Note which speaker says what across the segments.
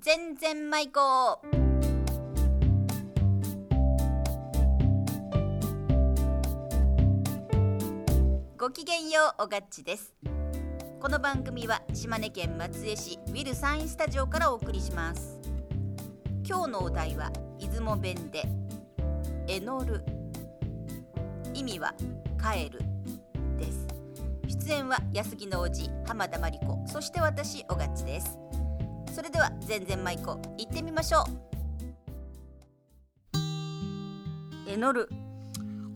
Speaker 1: 全然舞子ごきげんようおがっちですこの番組は島根県松江市ウィルサインスタジオからお送りします今日のお題は出雲弁でエノル意味は帰るです出演は安木の王子浜田真理子そして私おがっちですそれでは全然舞子行ってみましょうエノル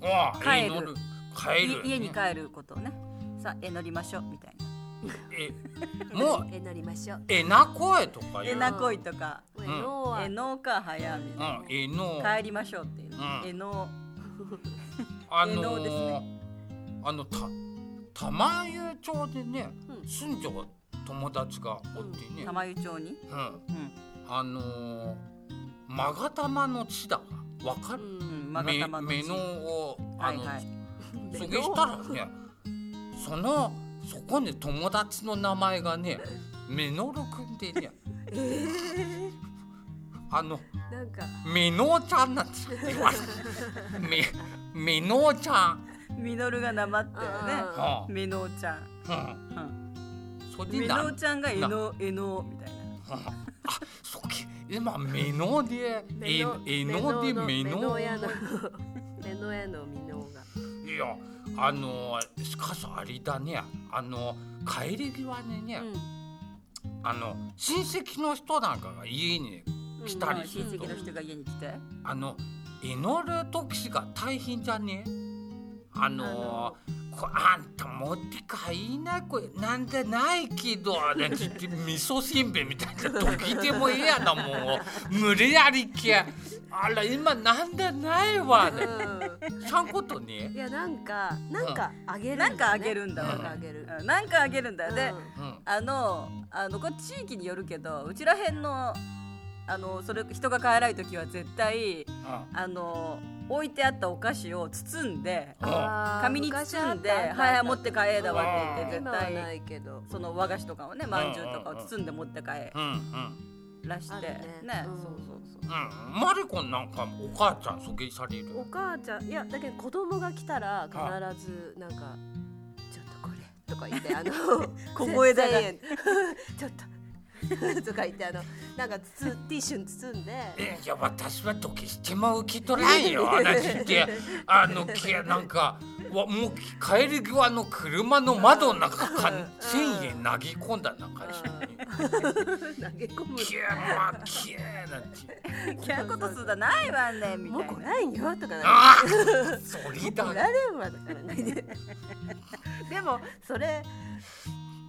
Speaker 2: ああ
Speaker 1: 帰る
Speaker 2: 祈帰る
Speaker 1: い家に帰ることをねさあえ乗りましょうみたいな
Speaker 2: えもう
Speaker 3: え乗りましょう。
Speaker 2: えな声とか言
Speaker 1: え
Speaker 2: う
Speaker 1: なこいとか
Speaker 3: えのは
Speaker 1: えのか早み
Speaker 2: う
Speaker 1: た
Speaker 2: んえの
Speaker 1: いな帰りましょうっていう
Speaker 2: うん
Speaker 1: えの
Speaker 2: あ
Speaker 1: えの
Speaker 2: の
Speaker 1: ですね
Speaker 2: あのた玉湯町でね
Speaker 3: うん
Speaker 2: 住んじゃう友達がおってね、
Speaker 1: 玉湯町に
Speaker 2: うん、
Speaker 1: う
Speaker 2: あのー、まがたまの地だわか
Speaker 3: う
Speaker 2: る、
Speaker 1: んうん
Speaker 3: ん。
Speaker 1: まが
Speaker 2: め
Speaker 1: たまの
Speaker 2: 目のをあ
Speaker 1: はい
Speaker 2: の、
Speaker 1: はい
Speaker 2: そげしたらねそのそこに友達の名前がねめのるくんでねあの
Speaker 3: なんか
Speaker 2: めのうちゃんなんて言われてめめのうちゃん、
Speaker 1: みのるがなまってるね
Speaker 2: は
Speaker 1: みのうちゃん
Speaker 2: あうん、
Speaker 1: うん
Speaker 2: それ
Speaker 1: み
Speaker 2: でな
Speaker 1: のうちゃんがえのえのみたいな
Speaker 2: うんあそっけ今めのうでええのうでめのう
Speaker 3: 屋の 目の屋の美濃が。
Speaker 2: いやあのしかしあれだねあの帰り際にね、あの親戚の人なんかが家に来た
Speaker 1: うん
Speaker 2: りす
Speaker 1: 親
Speaker 2: ると
Speaker 1: 戚の人が家に来て
Speaker 2: あの祈る時が大変じゃねあのー
Speaker 3: あの
Speaker 2: こあんた持ってかいなこれなんでないけど なんて言って味噌せんべいみたいなどきでもええやなもう無理やりけあら今なんでないわねちゃんことね
Speaker 3: いやなんかなんかあげる
Speaker 1: なんかあげるんだ
Speaker 3: な
Speaker 1: わ
Speaker 3: んかあげる。
Speaker 1: うんなんかあげるんだよで
Speaker 2: うん
Speaker 1: あのあのこれ地域によるけどうちらへんのあのそれ人が帰らない時は絶対あの置いてあったお菓子を包んで紙に包んで「はいはい持って帰れだわ」って言って絶
Speaker 3: 今はな
Speaker 1: 対
Speaker 3: いけど。
Speaker 1: その和菓子とかをねまんじゅうとかを包んで持って帰
Speaker 2: うんうん
Speaker 1: らし
Speaker 3: あ
Speaker 1: て
Speaker 3: る
Speaker 1: ね
Speaker 3: ね
Speaker 1: そううんそうそう
Speaker 2: うんマリコなんかお母ちゃんそげされる
Speaker 3: お母ちゃんいやだけど子供が来たら必ずなんかちょっとこれとか言ってあの
Speaker 1: 小声だな
Speaker 3: 千円 ちょっと とか言ってあのなんかつつティッシュに包んで
Speaker 2: いや私は時しても受け取らんよ私ってあのけなんかわもう帰り際の車の窓の中か
Speaker 3: うん
Speaker 2: 千円投げ込んだなんかして
Speaker 3: 投げ込む
Speaker 2: キューまあキューなんて
Speaker 1: 「キャンコとするだないわね」み
Speaker 3: もう
Speaker 1: たい
Speaker 3: 来
Speaker 1: な
Speaker 3: ないよとかなんか
Speaker 2: ああそれ
Speaker 3: 来
Speaker 2: だ
Speaker 3: られんわだからねでもそれ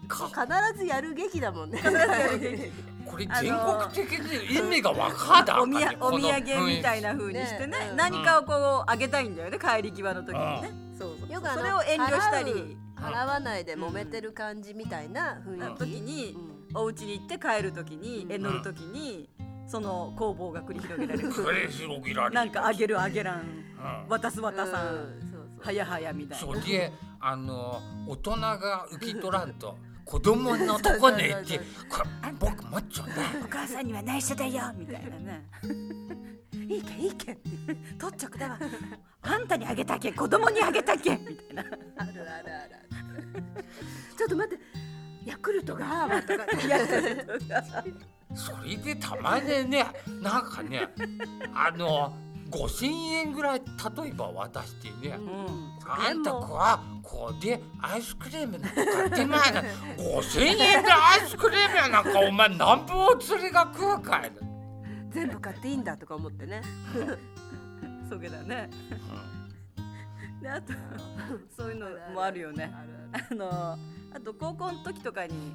Speaker 2: か
Speaker 3: 必ずやる劇だもんね
Speaker 2: これ全国的に意味がわかだ
Speaker 1: おみやお土産みたい
Speaker 2: な
Speaker 1: な風にし
Speaker 3: ね
Speaker 1: てね
Speaker 3: うん
Speaker 1: 何かをこうあげたいんだよね帰り際の時にね
Speaker 3: そうそう
Speaker 1: よくあのそれを遠慮したり
Speaker 3: 払う払わないで揉めてる感じみたいな雰
Speaker 1: の
Speaker 3: 囲
Speaker 1: 時
Speaker 3: 気、
Speaker 1: に
Speaker 3: うん
Speaker 1: お家に行って帰る時に
Speaker 3: うん
Speaker 1: え乗る時にその攻防が繰り広げら れる
Speaker 2: これ広げられる
Speaker 1: なんかあげるあげらん
Speaker 2: うん
Speaker 1: 渡す渡さ
Speaker 3: うんんそうそう
Speaker 1: はやはやみたい
Speaker 2: そ
Speaker 1: な
Speaker 2: れあの大人が受け取らん と子供のとこに行ってこれ僕持っちゃうね
Speaker 1: お母さんには内緒だよみたいなね
Speaker 3: いいけんいいけんって取っちゃくだわ
Speaker 1: あんたにあげたけ子供にあげたけみたいな
Speaker 3: あるあるあるちょっと待ってヤクルトがとか
Speaker 2: それでたまにねなんかねあの5,000円ぐらい例えば渡してね、
Speaker 1: ん
Speaker 2: あんた
Speaker 3: でも
Speaker 2: はこうでアイスクリームなんか買ってまいな5,000円でアイスクリームやなんかお前なんぼお釣りが食うかいな、
Speaker 3: 全部買っていいんだとか思ってね
Speaker 1: そげだね
Speaker 2: うん
Speaker 1: であとそういうのもあるよね
Speaker 3: あるある
Speaker 1: あのあと高校の時とかに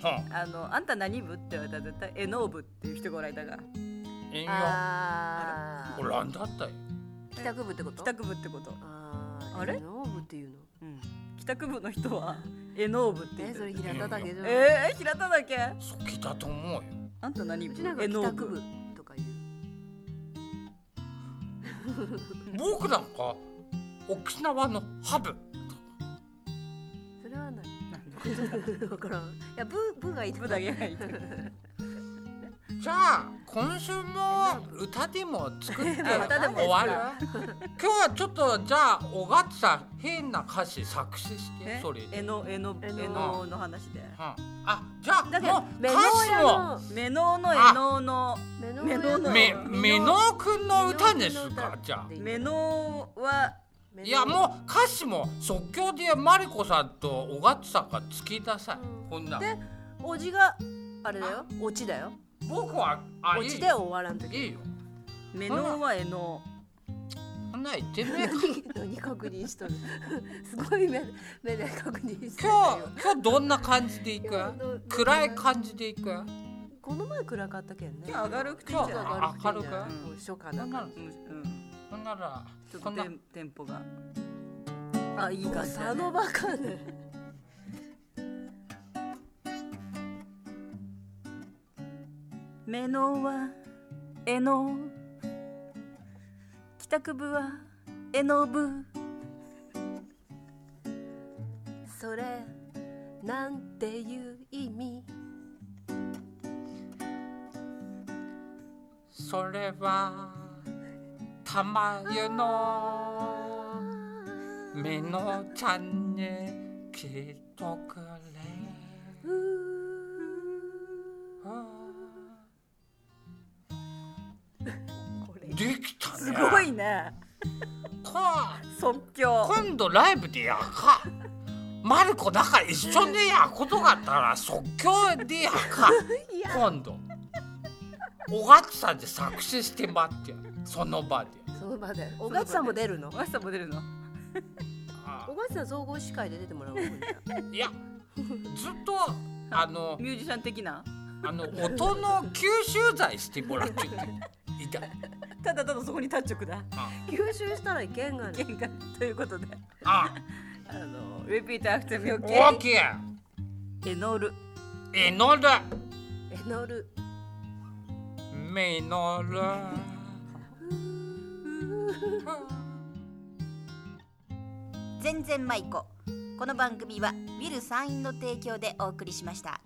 Speaker 2: は
Speaker 1: あの「あんた何部?」って言われたら絶対「エノー部」っていう人がおられたが
Speaker 2: いいよ
Speaker 3: あ
Speaker 2: オランダだったよ
Speaker 3: ー帰宅部ってこと
Speaker 1: 帰宅部ってこと、
Speaker 3: あー
Speaker 1: あれ
Speaker 3: ノーブっていうの
Speaker 1: うん、帰宅部の人は 「エノー部」って言っ
Speaker 3: え
Speaker 1: て
Speaker 3: それ
Speaker 1: る
Speaker 3: 平田だけじゃん
Speaker 1: えー、平田だけ
Speaker 2: そきだと思うよ
Speaker 1: あんた何
Speaker 3: う
Speaker 1: 部
Speaker 3: ちなんか
Speaker 1: エ
Speaker 3: 帰
Speaker 1: ノー
Speaker 3: 宅
Speaker 1: 部
Speaker 3: 部とかいう
Speaker 2: 僕なんか沖縄のハブ
Speaker 3: それはない
Speaker 1: なんだ
Speaker 3: だからんいやブブがいい
Speaker 1: 部だけがいてる
Speaker 2: じゃあ今週も歌でも作って
Speaker 4: 歌でもですか
Speaker 2: 終わる今日はちょっとじゃあ小勝さん変な歌詞作詞して
Speaker 1: え
Speaker 2: それで、
Speaker 1: え
Speaker 2: うん、
Speaker 1: のえの
Speaker 3: えの
Speaker 1: えのの話で
Speaker 2: あじゃあ
Speaker 3: だけど
Speaker 2: もう
Speaker 3: 目
Speaker 2: 歌
Speaker 3: の
Speaker 2: 詞
Speaker 3: 親
Speaker 2: も
Speaker 3: の
Speaker 1: メノのえのの
Speaker 3: 目の親の
Speaker 1: 目の親
Speaker 2: め
Speaker 1: の
Speaker 2: めのうくんの歌ですかじゃあ
Speaker 1: メノは
Speaker 2: いうやもう歌詞も即興でマリコさんと小勝さんが突き出さい、
Speaker 3: うん
Speaker 2: こんな
Speaker 3: でおじがあれだよオチだよ
Speaker 2: 僕はあ
Speaker 3: オ
Speaker 2: い
Speaker 3: チ
Speaker 2: い
Speaker 3: で
Speaker 2: よ
Speaker 3: 終わらんとき
Speaker 2: いいよ
Speaker 1: メノはえの
Speaker 2: そんな言ってねえか
Speaker 3: 何確認しとる すごい目目で確認してた
Speaker 2: 今
Speaker 3: よ
Speaker 2: 日今日どんな感じでいく
Speaker 3: 今日ど
Speaker 2: 暗い感じでいく
Speaker 3: この前暗かったけんね
Speaker 1: 今日明るくていいんじゃない
Speaker 2: 今日明るく
Speaker 3: もう初夏だから
Speaker 1: うんうん
Speaker 2: ほんなら
Speaker 1: ちょっ
Speaker 2: ことんな
Speaker 1: テンテンポがあいい
Speaker 3: ボ
Speaker 1: 感じだ
Speaker 3: サ
Speaker 1: ね
Speaker 3: ノバかね
Speaker 1: 目のは絵の帰宅部は絵の部
Speaker 3: それなんていう意味
Speaker 2: それは玉湯の目のちゃんに聞いとく れ
Speaker 3: これ
Speaker 2: できたね
Speaker 1: すごいね
Speaker 2: こ
Speaker 1: 即興
Speaker 2: 今度ライブでやっかマルコだから一緒にやることがあったら即興でやっか
Speaker 3: いや
Speaker 2: 今度小勝さんで作詞して待ってよその場で
Speaker 3: その場で小勝さんも出るの
Speaker 1: おばさんも出るの
Speaker 2: あ
Speaker 3: 小勝さん総合司会で出てもらおう今度
Speaker 2: いやずっとあの
Speaker 1: ミュージシャン的な
Speaker 2: あの音の吸収剤してもらってていた
Speaker 1: ただただそこに単直だ
Speaker 2: あ
Speaker 3: 吸収したらいけんがね
Speaker 1: 喧嘩ということで
Speaker 2: あ
Speaker 1: あの repeat after me
Speaker 2: オ
Speaker 1: okay
Speaker 2: ーケー
Speaker 1: エノール
Speaker 2: エノル
Speaker 3: え乗る
Speaker 2: メノル
Speaker 4: 全然舞子この番組はウィル・サインの提供でお送りしました。